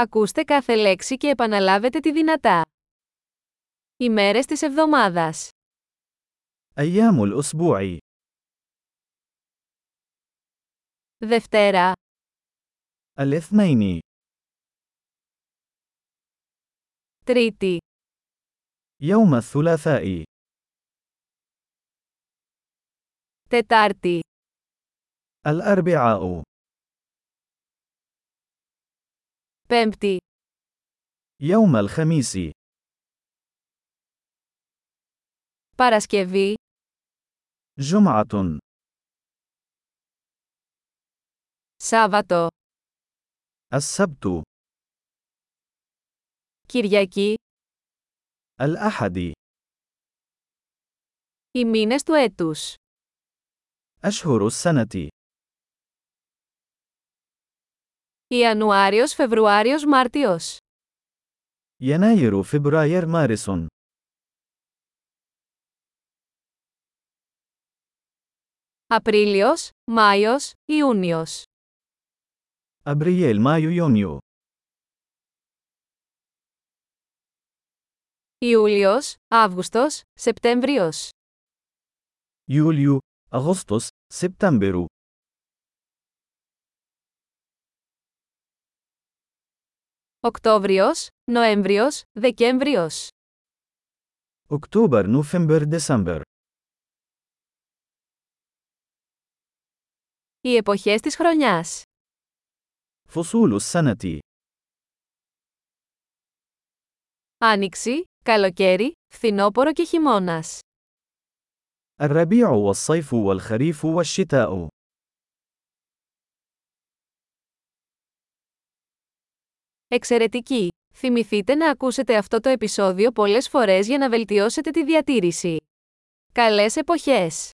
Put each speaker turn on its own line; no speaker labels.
Ακούστε κάθε λέξη και επαναλάβετε τη δυνατά. Ημέρες της εβδομάδας.
أيام الأسبوع
Δευτέρα,
الاثنين
Τρίτη,
يوم الثلاثاء
Τετάρτη,
الأربعاء
Πέμπτη,
يوم الخميس
Παρασκευή,
جمعة
Σάββατο,
السبت
Κυριακή,
الأحد
οι μήνες του έτους.
أشهر السنة
Ιανουάριος, Φεβρουάριος, Μάρτιος.
يناير فبراير مارس
Απρίλιος, Μάιος, Ιούνιος.
أبريل مايو يونيو
Ιούλιος, Αύγουστος, Σεπτέμβριος.
يوليو أغسطس سبتمبر
Οκτώβριος, Νοέμβριος, Δεκέμβριος.
أكتوبر نوفمبر ديسمبر
Οι εποχές της χρονιάς.
فصول السنة
Άνοιξη, καλοκαίρι, φθινόπωρο και χειμώνας.
الربيع والصيف والخريف والشتاء
Εξαιρετική! Θυμηθείτε να ακούσετε αυτό το επεισόδιο πολλές φορές για να βελτιώσετε τη διατήρηση. Καλές εποχές!